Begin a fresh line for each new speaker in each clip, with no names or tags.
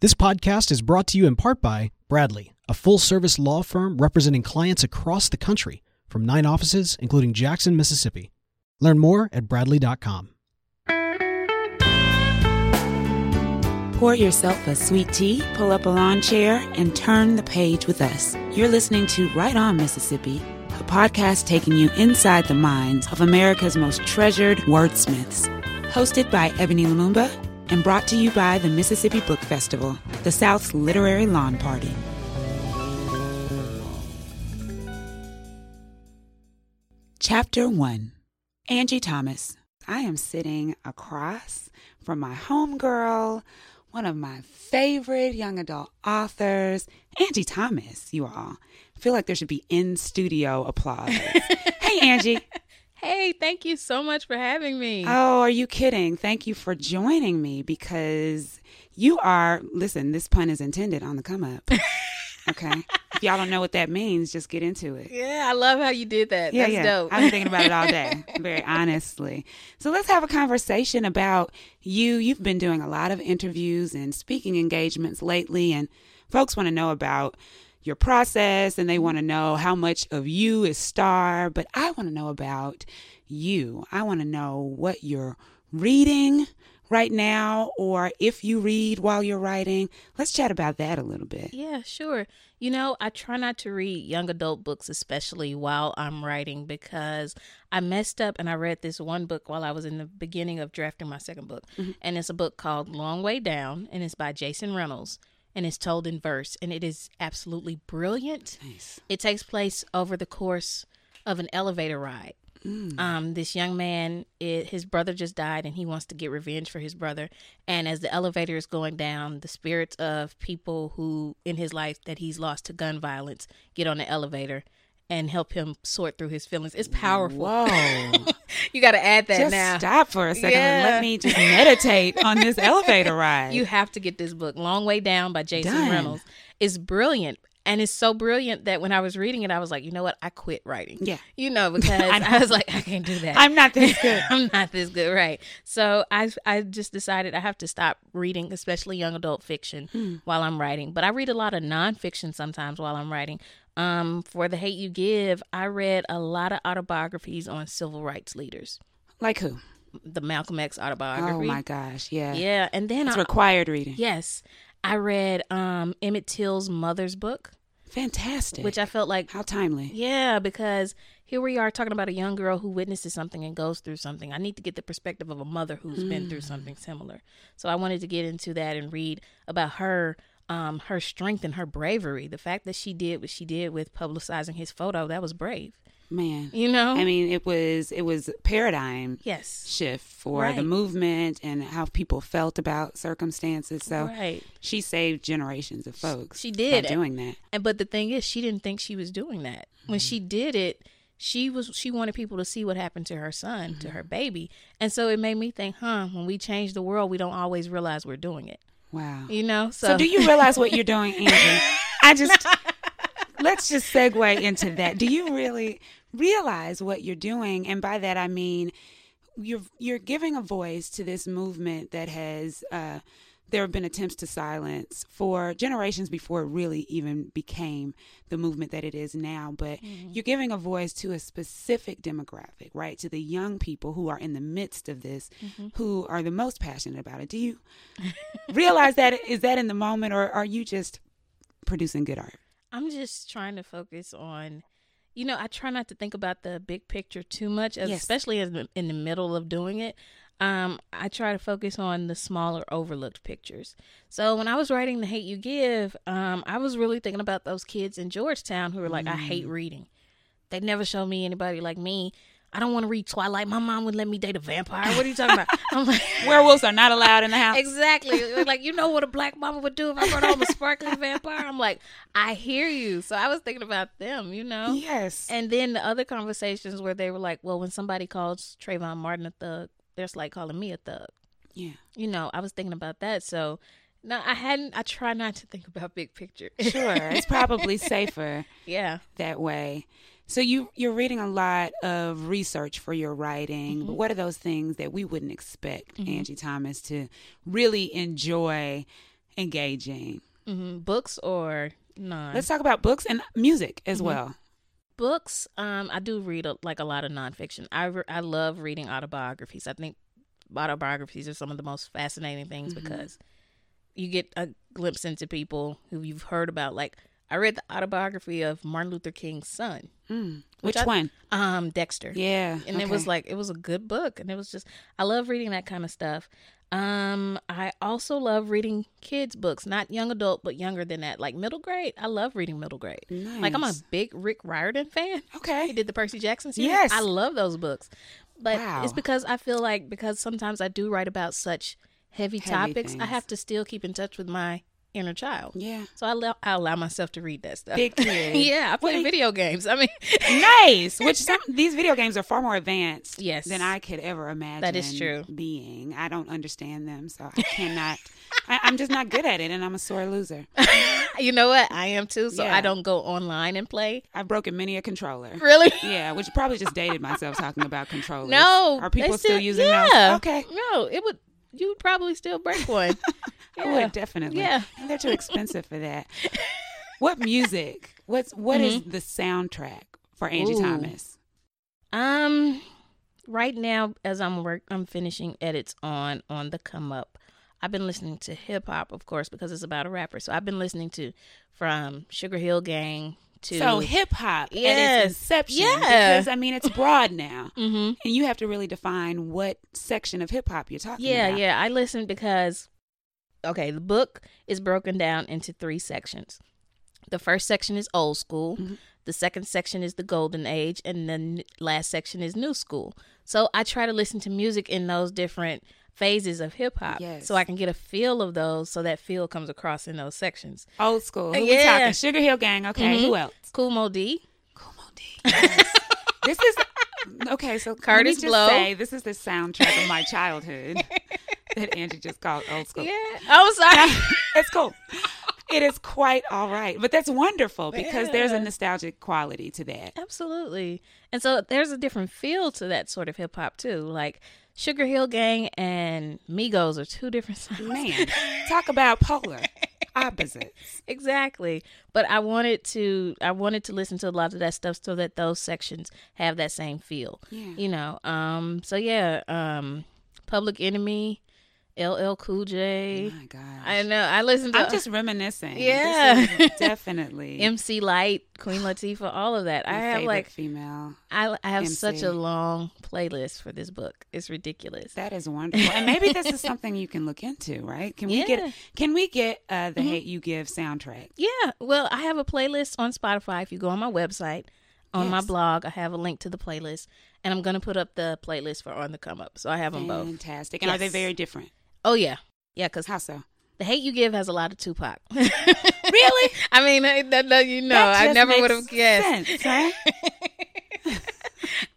This podcast is brought to you in part by Bradley, a full service law firm representing clients across the country from nine offices, including Jackson, Mississippi. Learn more at bradley.com.
Pour yourself a sweet tea, pull up a lawn chair, and turn the page with us. You're listening to Right On Mississippi, a podcast taking you inside the minds of America's most treasured wordsmiths. Hosted by Ebony Lumumba and brought to you by the Mississippi Book Festival, the South's literary lawn party. Chapter 1 Angie Thomas. I am sitting across from my homegirl, one of my favorite young adult authors, Angie Thomas, you all. I feel like there should be in studio applause. hey, Angie.
Hey, thank you so much for having me.
Oh, are you kidding? Thank you for joining me because you are, listen, this pun is intended on the come up. Okay. if y'all don't know what that means, just get into it.
yeah, I love how you did that. That's dope.
I've been thinking about it all day, very honestly. So let's have a conversation about you. You've been doing a lot of interviews and speaking engagements lately, and folks want to know about your process and they want to know how much of you is star, but I want to know about you. I want to know what you're reading right now or if you read while you're writing. Let's chat about that a little bit.
yeah, sure. You know, I try not to read young adult books, especially while I'm writing, because I messed up and I read this one book while I was in the beginning of drafting my second book. And it's a book called Long Way Down, and it's by Jason Reynolds, and it's told in verse, and it is absolutely brilliant.
Nice.
It takes place over the course of an elevator ride.
Mm.
Um, this young man, i his brother just died, and he wants to get revenge for his brother. And as the elevator is going down, the spirits of people who in his life that he's lost to gun violence get on the elevator and help him sort through his feelings. It's powerful.
Whoa.
You got to add that
just
now.
stop for a second and
Yeah.
let me just meditate on this elevator ride.
You have to get this book, Long Way Down by Jason
Done.
Reynolds. It's brilliant. And it's so brilliant that when I was reading it, I was like, you know what? I quit writing.
Yeah.
You know, because I, was like, I can't do that.
I'm not this good.
I'm not this good, right? So I I just decided I have to stop reading, especially young adult fiction,
Hmm.
while I'm writing. But I read a lot of nonfiction sometimes while I'm writing. Um, for the Hate You Give, I read a lot of autobiographies on civil rights leaders,
like who?
the Malcolm X
Oh
autobiography.
my gosh. Yeah.
Yeah, and then
It's
I,
required reading.
yes, I read um Emmett Till's mother's book,
Fantastic.
which I felt like
How timely.
yeah, because here we are talking about a young girl who witnesses something and goes through something. I need to get the perspective of a mother who's been
Mm.
through something similar. So I wanted to get into that and read about her um her strength and her bravery. The fact that she did what she did with publicizing his photo, that was brave.
Man.
You know?
I mean, it was it was paradigm
yes.
shift for the
Right.
movement and how people felt about circumstances. So
Right.
she saved generations of folks.
she did.
by doing that.
And but the thing is, she didn't think she was doing that. When she
Mm.
did it, she was she wanted people to see what happened to her son, to
Mm-hmm.
her baby. And so it made me think, huh, when we change the world, we don't always realize we're doing it.
Wow.
You know? So,
So, do you realize what you're doing, Angie? I just let's just segue into that. Do you really realize what you're doing? And by that I mean you're you're giving a voice to this movement that has uh, there have been attempts to silence for generations before it really even became the movement that it is now. But you're giving a voice to a specific demographic, right? To the young people who are in the midst of this, who are the most passionate about it. Do you realize that is that in the moment or are you just producing good art
I'm just trying to focus on, you know, I try not to think about the big picture too much,
Yes.
especially as in the middle of doing it. Um, I try to focus on the smaller, overlooked pictures. So when I was writing "The Hate You Give," um, I was really thinking about those kids in Georgetown who were like, "I
Mm.
hate reading. They never show me anybody like me. I don't want to read Twilight. My mom would let me date a vampire. What are you talking about?" I'm like.
werewolves are not allowed in the house
Exactly. like you know what a black mama would do if I brought home a sparkling vampire. I'm like, I hear you. So I was thinking about them, you know.
yes
And then the other conversations where they were like, well, when somebody calls Trayvon Martin a thug, they're like calling me a thug.
yeah
You know, I was thinking about that. So no, I hadn't. I try not to think about big picture.
sure it's probably safer
yeah.
that way so you you're reading a lot of research for your writing
Mm-hmm.
but what are those things that we wouldn't expect angie thomas to really enjoy engaging.
hmm Books or non?
Let's talk about books and music as
Mhm.
well.
books um i do read a, like a lot of nonfiction i re- i love reading autobiographies i think autobiographies are some of the most fascinating things
Mhm.
because you get a glimpse into people who you've heard about like i read the autobiography of martin luther king's son
Mm. Which,
Which I-
one?
um dexter
Yeah.
and it was
okay.
like it was a good book and it was just i love reading that kind of stuff um i also love reading kids books not young adult but younger than that like middle grade i love reading middle grade like i'm a
Nice.
big rick riordan fan he
Okay.
did the Percy Jackson series.
Yes.
I love those books. But
Wow.
it's because I feel like because sometimes I do write about such heavy,
Heavy
topics, I
things.
have to still keep in touch with my inner child.
Yeah.
So I allow, I allow myself to read that stuff.
Big kid.
yeah, I play
Wait.
video games. I mean,
nice. Which some these video games are far more advanced
Yes.
than I could ever imagine.
is true.
Being, I don't understand them, so I cannot. I, I'm just not good at it, and I'm a sore loser.
you know what? I am too. So I
Yeah.
don't go online and play.
I've broken many a controller.
Really?
Yeah, which probably just dated myself talking about controllers.
No.
are
they
people still, using
yeah.
those? Okay,
No, it would. You would probably still break one.
I
Yeah.
would definitely.
Yeah.
And they're too expensive for that. What music? What's what is the soundtrack for Angie
Mm-hmm. Ooh.
Thomas?
Um, right now, as I'm work, I'm finishing edits on on the come up. I've been listening to hip hop, of course, because it's about a rapper. So I've been listening to from Sugar Hill Gang to
So hip hop at
Yes.
its inception.
Yeah.
because I mean it's broad now,
hmm
and you have to really define what section of hip hop you're talking
Yeah,
about.
yeah. I listened because okay, the book is broken down into three sections. The first section is old school.
Mhm.
The second section is the golden age, and the n- last section is new school. So I try to listen to music in those different phases of hip hop,
Yes.
so I can get a feel of those. So that feel comes across in those sections.
Old school. Who we
Yeah.
talking? Sugar Hill Gang. Okay,
Mhm.
who else?
Kumo D,
Kumo D. Yes. this is okay. So let me
Curtis
just
Blow.
say this is the soundtrack of my childhood that Angie just called old school.
yeah. Oh, sorry.
it's cool. It is quite all right, but that's wonderful because there's a
Yeah.
nostalgic quality to that.
Absolutely. And so there's a different feel to that sort of hip hop too. Like Sugar Hill Gang and Migos are two different sounds.
Man, talk about polar opposites.
exactly. But I wanted to I wanted to listen to a lot of that stuff so that those sections have that same feel.
Yeah.
You know. Um so yeah, um Public Enemy, LL Cool J.
my gosh.
I know. I listened to
I'm just reminiscing. This
Yeah.
is definitely.
MC Light, Queen Latifah, all of that.
my
I have
favorite
like
female.
I, I have such
MC.
a long playlist for this book. It's ridiculous.
That is wonderful, and maybe this is something you can look into, right? Can we
Yeah. Mm-hmm.
get can we get uh, the Hate You Give soundtrack?
Yeah. Well, I have a playlist on Spotify. If you go on my website, on my
Yes.
blog, I have a link to the playlist, and I'm gonna put up the playlist for On the Come Up. So I have them both.
Fantastic, and are they
Yes.
very different?
Oh yeah, yeah. Because
How so?
the hate you give has a lot of Tupac. really? I mean, I- that- that- you know,
That
I
just
never would
makes
have guessed.
sense, right?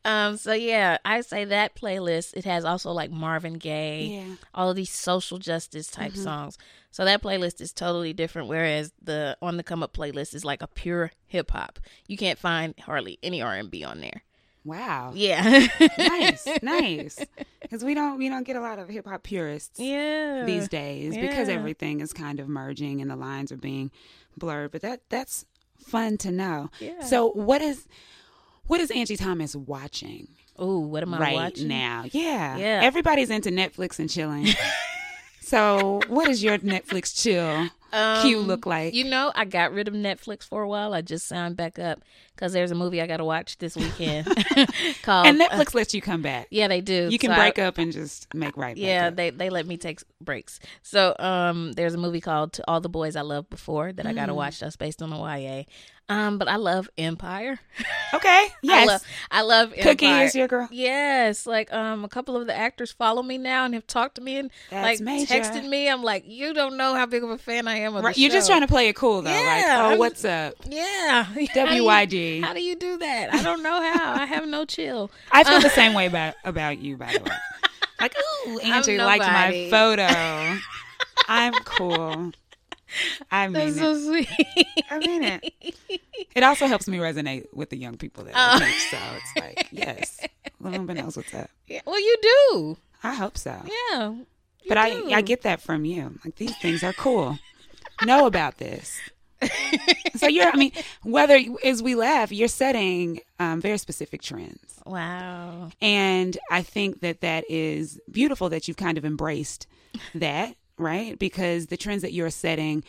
Um. So yeah, I say that playlist. It has also like Marvin Gaye.
yeah.
all of these social justice type
Mm-hmm.
songs. So that playlist is totally different. Whereas the on the come up playlist is like a pure hip hop. You can't find hardly any R and B on there.
Wow.
Yeah,
nice, nice. Because we don't we don't get a lot of hip hop purists
yeah.
these days because
Yeah.
everything is kind of merging and the lines are being blurred. But that that's fun to know.
Yeah.
So what is what is Angie Thomas watching
Ooh, what am I
right
watching
now? Yeah.
Yeah.
Everybody's into Netflix and chilling. so what is your Netflix chill
Um,
cue look like?
You know, I got rid of Netflix for a while. I just signed back up because there's a movie I got to watch this weekend called.
and Netflix lets you come back.
uh, yeah, they do.
You can
So I-
break up and just make right. back
yeah
up.
they, they let me take breaks so um there's a movie called to all the boys i loved before that i gotta
Mm.
watch that's based on a ya um but i love empire
okay. Yes.
i love i love
Cookie
empire.
is your girl.
yes like um a couple of the actors follow me now and have talked to me and
That's
like
major.
texted me i'm like you don't know how big of a fan i am of
Right,
the
you're just
show."
trying to play it cool though. like,
Yeah,
oh,
I'm-
what's up?
yeah How do you-
WYD.
how do you do that i don't know how i have no chill
I feel the same way about about you, by the way. Like, ooh, Angie liked my
nobody."
photo. I'm cool. I mean
that's
it.
so sweet
I mean it. It also helps me resonate with the young people that I
Oh.
teach. So it's like, yes, everyone knows what's up.
Yeah, well you do
I hope so.
yeah
But I, I get that from you. Like these things are cool. know about this. so you're, I mean, whether you- as we laugh, you're setting um, very specific trends,
Wow.
and I think that that is beautiful that you've kind of embraced that, right? Because the trends that you're setting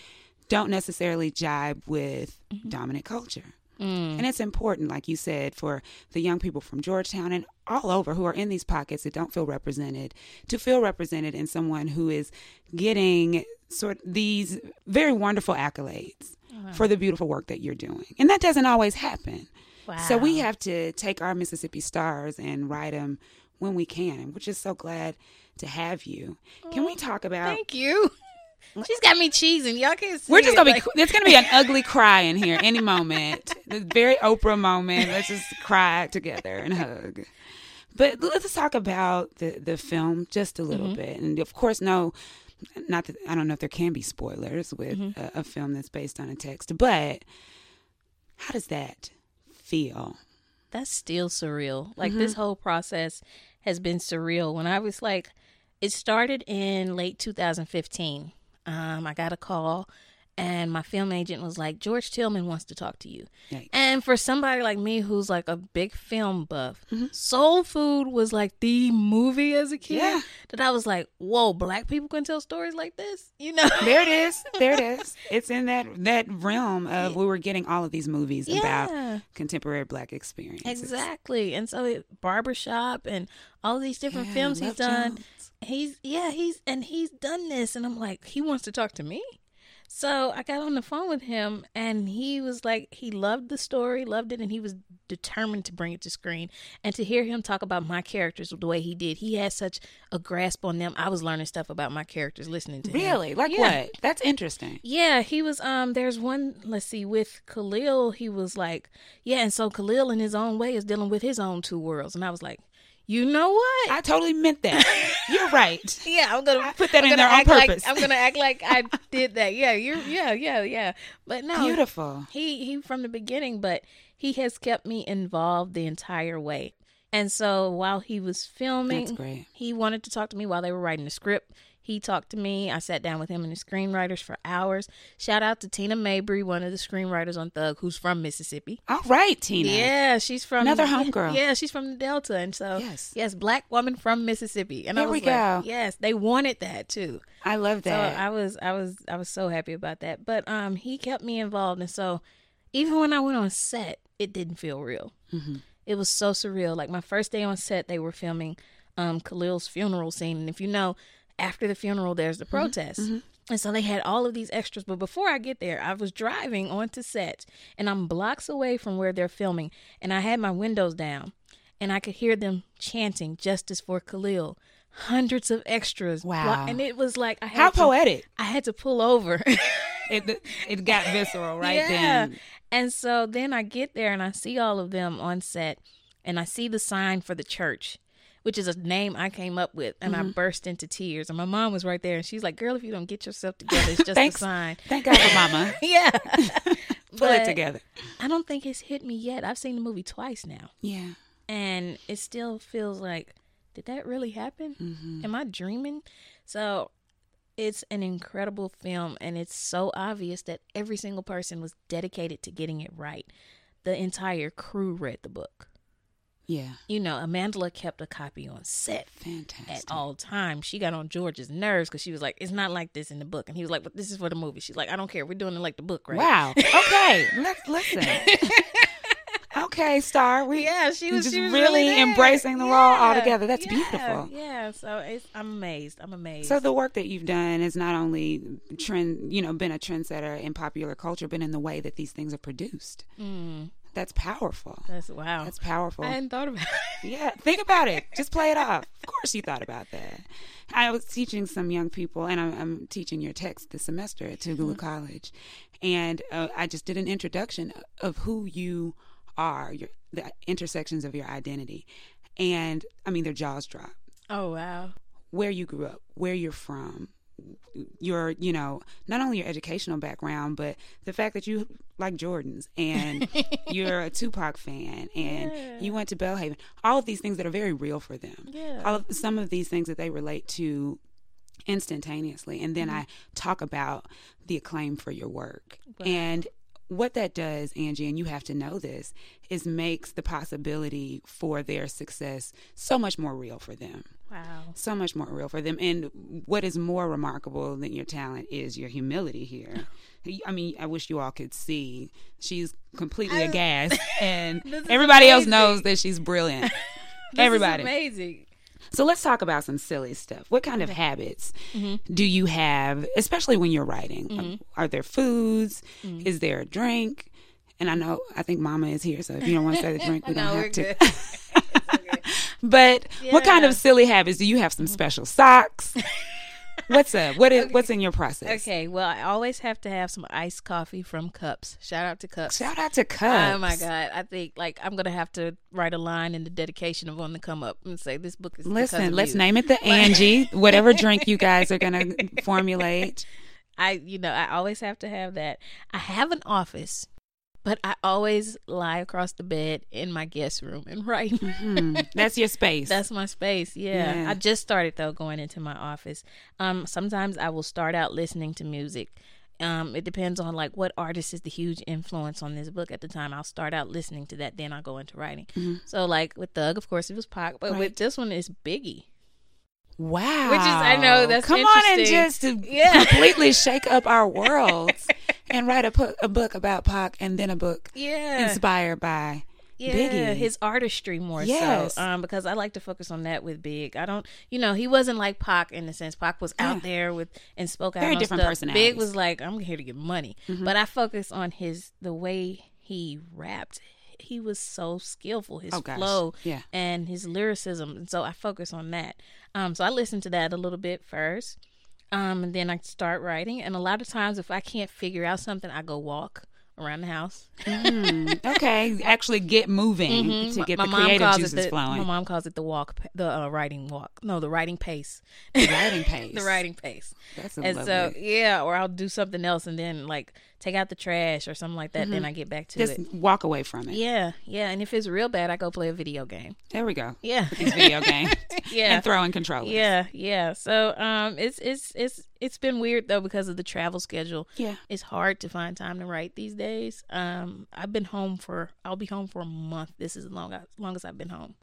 don't necessarily jibe with dominant culture.
Mm.
And it's important, like you said, for the young people from Georgetown and all over who are in these pockets that don't feel represented to feel represented in someone who is getting sort these very wonderful accolades
Uh-huh.
for the beautiful work that you're doing. And that doesn't always happen.
Wow.
So we have to take our Mississippi stars and ride them when we can. And we're just so glad to have you. Can we talk about
Thank you. She's got me cheesing. Y'all can't see
we're just
it,
gonna be.
like-
It's gonna be an ugly cry in here any moment. the very Oprah moment. Let's just cry together and hug. But let's talk about the the film just a
Mm-hmm.
little bit, and of course, no, not that I don't know if there can be spoilers with
Mm-hmm.
a, a film that's based on a text, but how does that feel?
that's still surreal. Like this whole process has been surreal. When I was like, it started in late 2015. Um, I got a call, and my film agent was like, George Tillman wants to talk to you.
Yikes.
And for somebody like me who's like a big film buff, Soul Food was like the movie as a kid
Yeah.
that I was like, whoa, black people can tell stories like this, you know?
There it is. There it is. It's in that that realm of we were getting all of these movies
Yeah.
about contemporary black experience.
Exactly. And so it, barbershop and all these different
Yeah,
films he's
Love
done.
Jones.
He's yeah, he's and he's done this and I'm like, he wants to talk to me. So I got on the phone with him and he was like he loved the story, loved it and he was determined to bring it to screen and to hear him talk about my characters the way he did. He had such a grasp on them. I was learning stuff about my characters listening to him.
Really? Like
Yeah.
what? That's interesting.
Yeah, he was um there's one let's see with Khalil, he was like, yeah, and so Khalil in his own way is dealing with his own two worlds and I was like, "You know what?
I totally meant that. You're right.
yeah, I'm going to
Put that in there on
act
purpose.
Like, I'm going to act like I did that. Yeah, you're yeah, yeah, yeah. But no.
Beautiful.
He he from the beginning, but he has kept me involved the entire way. And so while he was filming,
That's great.
he wanted to talk to me while they were writing the script. He talked to me. I sat down with him and the screenwriters for hours. Shout out to Tina Mabry, one of the screenwriters on Thug, who's from Mississippi.
All right, Tina.
Yeah, she's from
Another homegirl.
Yeah, she's from the Delta, and so
Yes.
yes, black woman from Mississippi. And I
There
was
we
like,
go.
yes, they wanted that too.
I love that.
So I was I was I was so happy about that. But um he kept me involved and so even when I went on set, it didn't feel real.
Mm-hmm.
It was so surreal. Like my first day on set, they were filming um Khalil's funeral scene and if you know, after the funeral there's the
Mm-hmm.
protest. And so they had all of these extras, but before I get there, I was driving onto set and I'm blocks away from where they're filming and I had my windows down and I could hear them chanting justice for Khalil. Hundreds of extras. blo-
Wow.
and it was like I had
How
to-
poetic.
I had to pull over.
It it got visceral right
yeah.
then.
And so then I get there and I see all of them on set and I see the sign for the church, which is a name I came up with and
Mm-hmm.
I burst into tears. And my mom was right there and she's like, Girl, if you don't get yourself together, it's just a
Thanks.
sign.
Thank God for Mama.
Yeah.
Pull it
But
together.
I don't think it's hit me yet. I've seen the movie twice now.
Yeah.
and it still feels like did that really happen
Mm-hmm.
am i dreaming so it's an incredible film and it's so obvious that every single person was dedicated to getting it right the entire crew read the book
Yeah.
you know amanda kept a copy on set at
Fantastic.
all times she got on george's nerves because she was like it's not like this in the book and he was like but this is for the movie she's like i don't care we're doing it like the book right
Wow. Okay. Let's listen. okay, Star. We
yeah, she was
just
she was
really
there.
embracing the
yeah,
role altogether. That's
yeah,
beautiful.
Yeah, so it's I'm amazed. I'm amazed.
So the work that you've done has not only trend, you know, been a trendsetter in popular culture, but in the way that these things are produced.
Mm,
That's powerful.
that's wow.
That's powerful.
I hadn't thought about. it.
yeah, think about it. Just play it off. Of course, you thought about that. I was teaching some young people, and I'm, I'm teaching your text this semester at Tougaloo College, and uh, I just did an introduction of who you are, your the intersections of your identity, and I mean their jaws drop
Oh wow.
where you grew up, where you're from, your, you know, not only your educational background, but the fact that you like Jordans and you're a Tupac fan and you went to Bellhaven, all of these things that are very real for them.
Yeah.
All of some of these things that they relate to instantaneously. And then I talk about the acclaim for your work.
Wow.
And what that does, Angie, and you have to know this, is makes the possibility for their success so much more real for them.
Wow.
So much more real for them. And what is more remarkable than your talent is your humility here. I mean, I wish you all could see. She's completely aghast, and
This is
everybody else
amazing.
knows that she's brilliant. Everybody.
amazing.
So let's talk about some silly stuff. What kind of habits
Mm-hmm.
do you have, especially when you're writing? Um, Are there foods?
Mm-hmm.
Is there a drink? And I know I think Mama is here, so if you don't want to say the drink, we don't
No,
have
Oh, we're
to.
good.
But what kind
Yeah.
of silly habits do you have? Some special socks? what's up? What is what's in your process?
okay. Well, I always have to have some iced coffee from Cups. Shout out to Cups.
Shout out to Cubs.
Oh my god! I think like I'm gonna have to write a line in the dedication of on the come up and say this book is because
Listen,
of
let's
you.
name it the Angie. Whatever drink you guys are gonna formulate.
I you know I always have to have that. I have an office, but I always lie across the bed in my guest room and write.
Hmm, that's your space.
That's my space. Yeah.
Yeah.
I just started though going into my office. Um sometimes I will start out listening to music. Um it depends on like what artist is the huge influence on this book at the time. I'll start out listening to that then I'll go into writing. So like with Thug of course it was Pac, but
Right.
with this one it's Biggie.
Wow.
I know, that's
Come on and just
interesting. Yeah.
completely shake up our worlds and write a, po- a book about Pac and then a book
Yeah.
inspired by
Yeah,
Biggie.
his artistry more
Yes.
so. Um, because I like to focus on that with Big. I don't, you know, he wasn't like Pac in the sense Pac was out there with and spoke out.
Very
on
different
stuff.
personalities. Mm-hmm.
Big was like, I'm here to get money, but I focus on his the way he rapped. He was so skillful, his
Oh, gosh.
flow,
Yeah.
and his lyricism. And so I focus on that. Um, so I listen to that a little bit first. Um, and then I start writing. And a lot of times, if I can't figure out something, I go walk around the house.
Mm, okay, actually get moving
Mhm.
to
My-
get
my
the
mom
creative
calls it
juices
the- My
flowing.
mom calls it the walk, pa- the uh, writing walk. No, the writing pace.
writing pace.
the writing pace.
That's a
And
lovely.
so, yeah, or I'll do something else and then like take out the trash or something like that.
Mm-hmm.
Then I get back to
just
it.
walk away from it.
Yeah, yeah. And if it's real bad, I go play a video game.
There we go.
Yeah,
These video games
yeah.
and throwing controllers.
Yeah, yeah. So um, it's it's it's it's been weird though because of the travel schedule.
Yeah.
It's hard to find time to write these days. Um, I've been home for I'll be home for a month. This is the long longest I've been home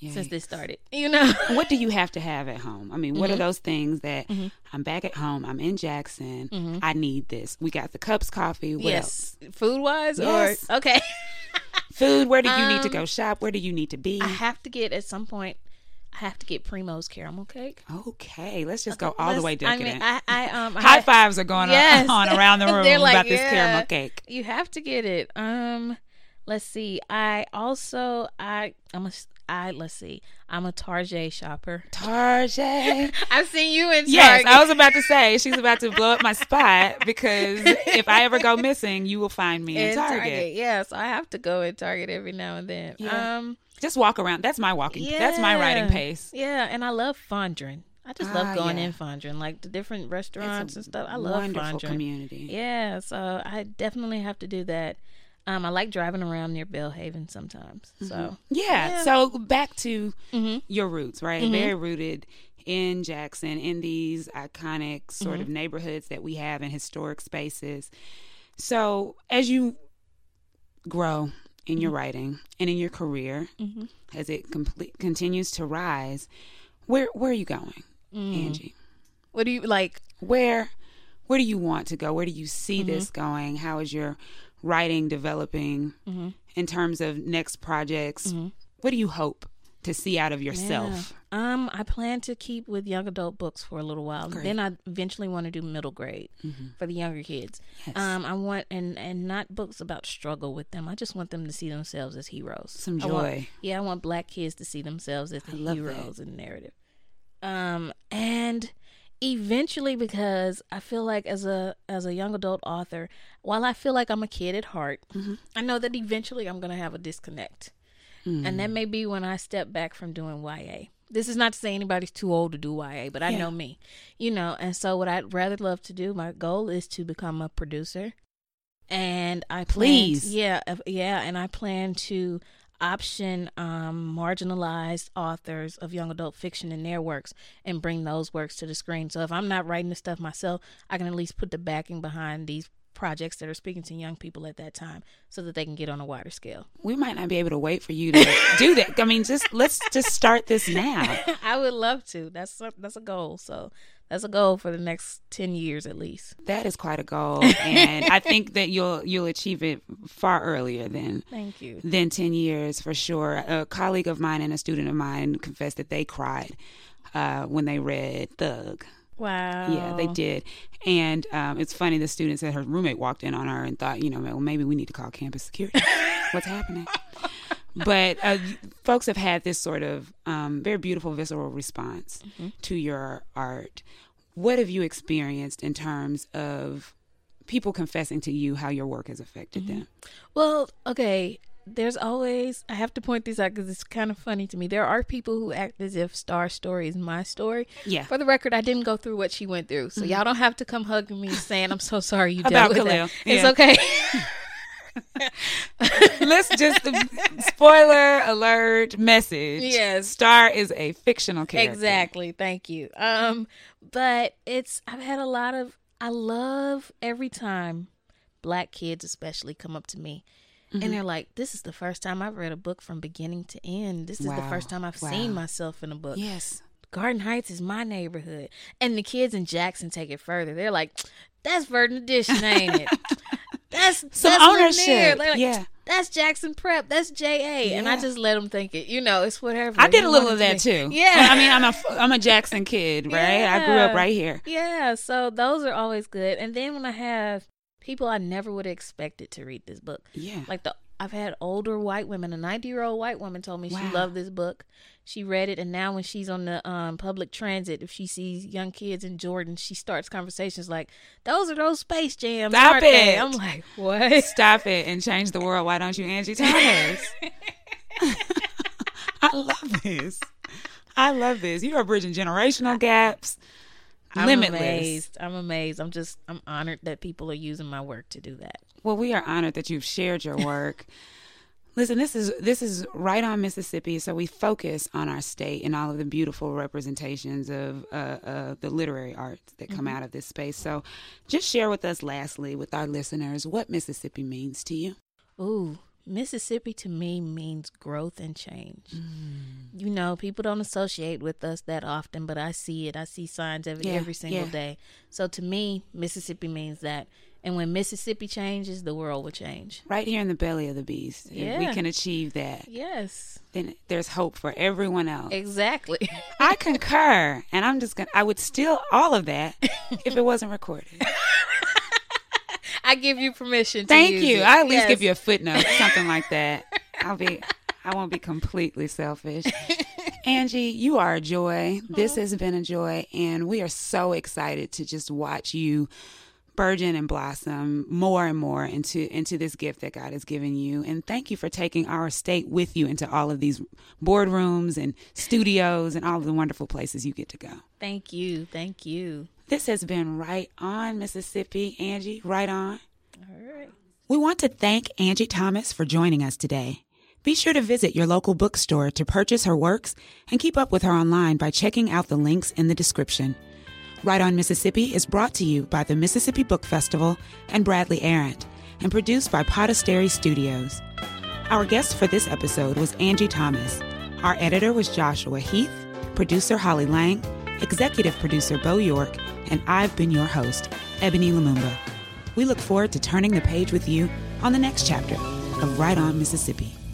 since
Yikes.
this started. You know.
what do you have to have at home? I mean, what
Mm-hmm.
are those things that I'm back at home? I'm in Jackson. I need this. We got the cups, coffee. What else?
Mm-hmm. yes. Food wise
Yes.
or okay.
Food. Where do you need to go shop? Where do you need to be?
Um, I have to get at some point I have to get Primo's caramel cake.
okay, let's just go Oh, all the
Let's-
way
I
decadent.
mean I, I um I
High
had-
fives are going on-
Yes.
on, around the
They're
room
like,
about this
yeah.
caramel cake.
You have to get it. Um, let's see. I also I I'm a s- I let's see. I'm a Target shopper.
Tarjay.
I've seen you in Target.
Yes, I was about to say she's about to blow up my spot because if I ever go missing, you will find me in,
in
Target.
Yeah, so I have to go in Target every now and then.
Yeah.
Um,
Just walk around. That's my walking. That's my riding
yeah.
pace.
Yeah, and I love fondren. I just
Ah,
love going
yeah.
in fondren, like the different restaurants and stuff. I love
Wonderful
fondren.
community.
Yeah, so I definitely have to do that. Um, I like driving around near Bellhaven sometimes. So
Yeah.
Yeah.
So back to
Mhm.
your roots, right? Very rooted in Jackson, in these iconic sort
Mm-hmm.
of neighborhoods that we have and historic spaces. So as you grow in
Mm-hmm.
your writing and in your career,
Mhm.
as it complete continues to rise, where where are you going,
Mm.
Angie?
what do you like?
Where where do you want to go? Where do you see this going? How is your writing developing in terms of next projects? What do you hope to see out of yourself?
Um, I plan to keep with young adult books for a little while.
Great. Mm-hmm.
Then I eventually want to do middle grade for the younger kids. Um, I want and and not books about struggle with them. I just want them to see themselves as heroes.
Some
I want-
joy.
yeah, I want black kids to see themselves as the
I love that.
heroes in narrative. Um, and eventually because I feel like as a as a young adult author, while I feel like I'm a kid at heart,
Mm-hmm.
I know that eventually I'm going to have a disconnect.
Hmm.
And that may be when I step back from doing YA. This is not to say anybody's too old to do YA, but I know me. You know, and so what I'd rather love to do, my goal is to become a producer. And I plan,
Please.
yeah, uh, yeah, and I plan to option um, marginalized authors of young adult fiction and their works and bring those works to the screen. So if I'm not writing the stuff myself, I can at least put the backing behind these projects that are speaking to young people at that time so that they can get on a wider scale.
We might not be able to wait for you to do that. I mean, just let's just start this now.
I would love to. That's a, that's a goal. So that's a goal for the next 10 years at least.
That is quite a goal, and I think that you'll you'll achieve it far earlier than
Thank you.
than 10 years for sure. A colleague of mine and a student of mine confessed that they cried uh, when they read Thug.
Wow.
Yeah, they did. And um, it's funny, the student said her roommate walked in on her and thought, you know, well, maybe we need to call campus security. What's happening? But uh, folks have had this sort of um, very beautiful, visceral response
Mm-hmm.
to your art. What have you experienced in terms of people confessing to you how your work has affected
Mm-hmm.
them?
Well, okay. There's always I have to point these out because it's kind of funny to me. There are people who act as if Star's story is my story.
Yeah. Mm-hmm.
For the record, I didn't go through what she went through, so y'all don't have to come hugging me saying I'm so sorry you
About
dealt with
Khalil,
that. It's
yeah.
okay.
Let's just um, spoiler alert message.
Yes.
Star is a fictional character.
exactly. Thank you. Um, but it's I've had a lot of I love every time black kids especially come up to me.
Mm-hmm.
And they're like, "This is the first time I've read a book from beginning to end. This is
Wow.
the first time I've
Wow.
seen myself in a book."
Yes.
Garden Heights is my neighborhood. And the kids in Jackson take it further. They're like, that's Verdant Edition, ain't it? That's
Some
that's
ownership.
Lanier. They're like,
Yeah.
That's Jackson Prep. That's JA. And I
Yeah.
just let them think it. You know, it's whatever.
I did a
You
little
want
of
it to
that
be.
too.
Yeah.
I mean, I'm a I'm a Jackson kid, right? I grew up
Yeah.
right here.
Yeah, so those are always good. And then when I have people I never would have expected to read this book.
Yeah.
Like the I've had older white women, a 90-year-old white woman told me
Wow.
she loved this book. She read it and now when she's on the um, public transit, if she sees young kids in Jordan, she starts conversations like, "Those are those space jams."
Stop
aren't they?"
it.
I'm like, "What?"
Stop it and change the world. Why don't you, Angie Thomas? I love this. I love this. You are bridging generational gaps.
I'm
limitless.
amazed. I'm amazed. I'm just I'm honored that people are using my work to do that.
Well, we are honored that you've shared your work. Listen, this is this is right on Mississippi, so we focus on our state and all of the beautiful representations of uh, uh, the literary arts that come out of this space. So, just share with us, lastly, with our listeners, what Mississippi means to you.
Ooh, Mississippi to me means growth and change.
Mm.
You know, people don't associate with us that often, but I see it. I see signs of it
Yeah,
every single
yeah.
day. So to me, Mississippi means that. And when Mississippi changes, the world will change.
Right here in the belly of the beast, if we
Yeah.
can achieve that,
Yes,
then there's hope for everyone else.
exactly.
I concur, and I'm just gonna. I would steal all of that if it wasn't recorded.
I give you permission. To
Thank
use
you.
it.
I at least
Yes.
give you a footnote, something like that. I'll be I won't be completely selfish. Angie, you are a joy. This
Oh.
has been a joy and we are so excited to just watch you burgeon and blossom more and more into into this gift that God has given you. And thank you for taking our state with you into all of these boardrooms and studios and all of the wonderful places you get to go.
Thank you. Thank you.
This has been right on Mississippi, Angie, right on.
All right.
We want to thank Angie Thomas for joining us today. Be sure to visit your local bookstore to purchase her works and keep up with her online by checking out the links in the description. Right on Mississippi is brought to you by the Mississippi Book Festival and Bradley Arendt and produced by Podastery Studios. Our guest for this episode was Angie Thomas. Our editor was Joshua Heath, producer Holly Lang, executive producer Bo York, and I've been your host, Ebony Lumumba. We look forward to turning the page with you on the next chapter of Right On Mississippi.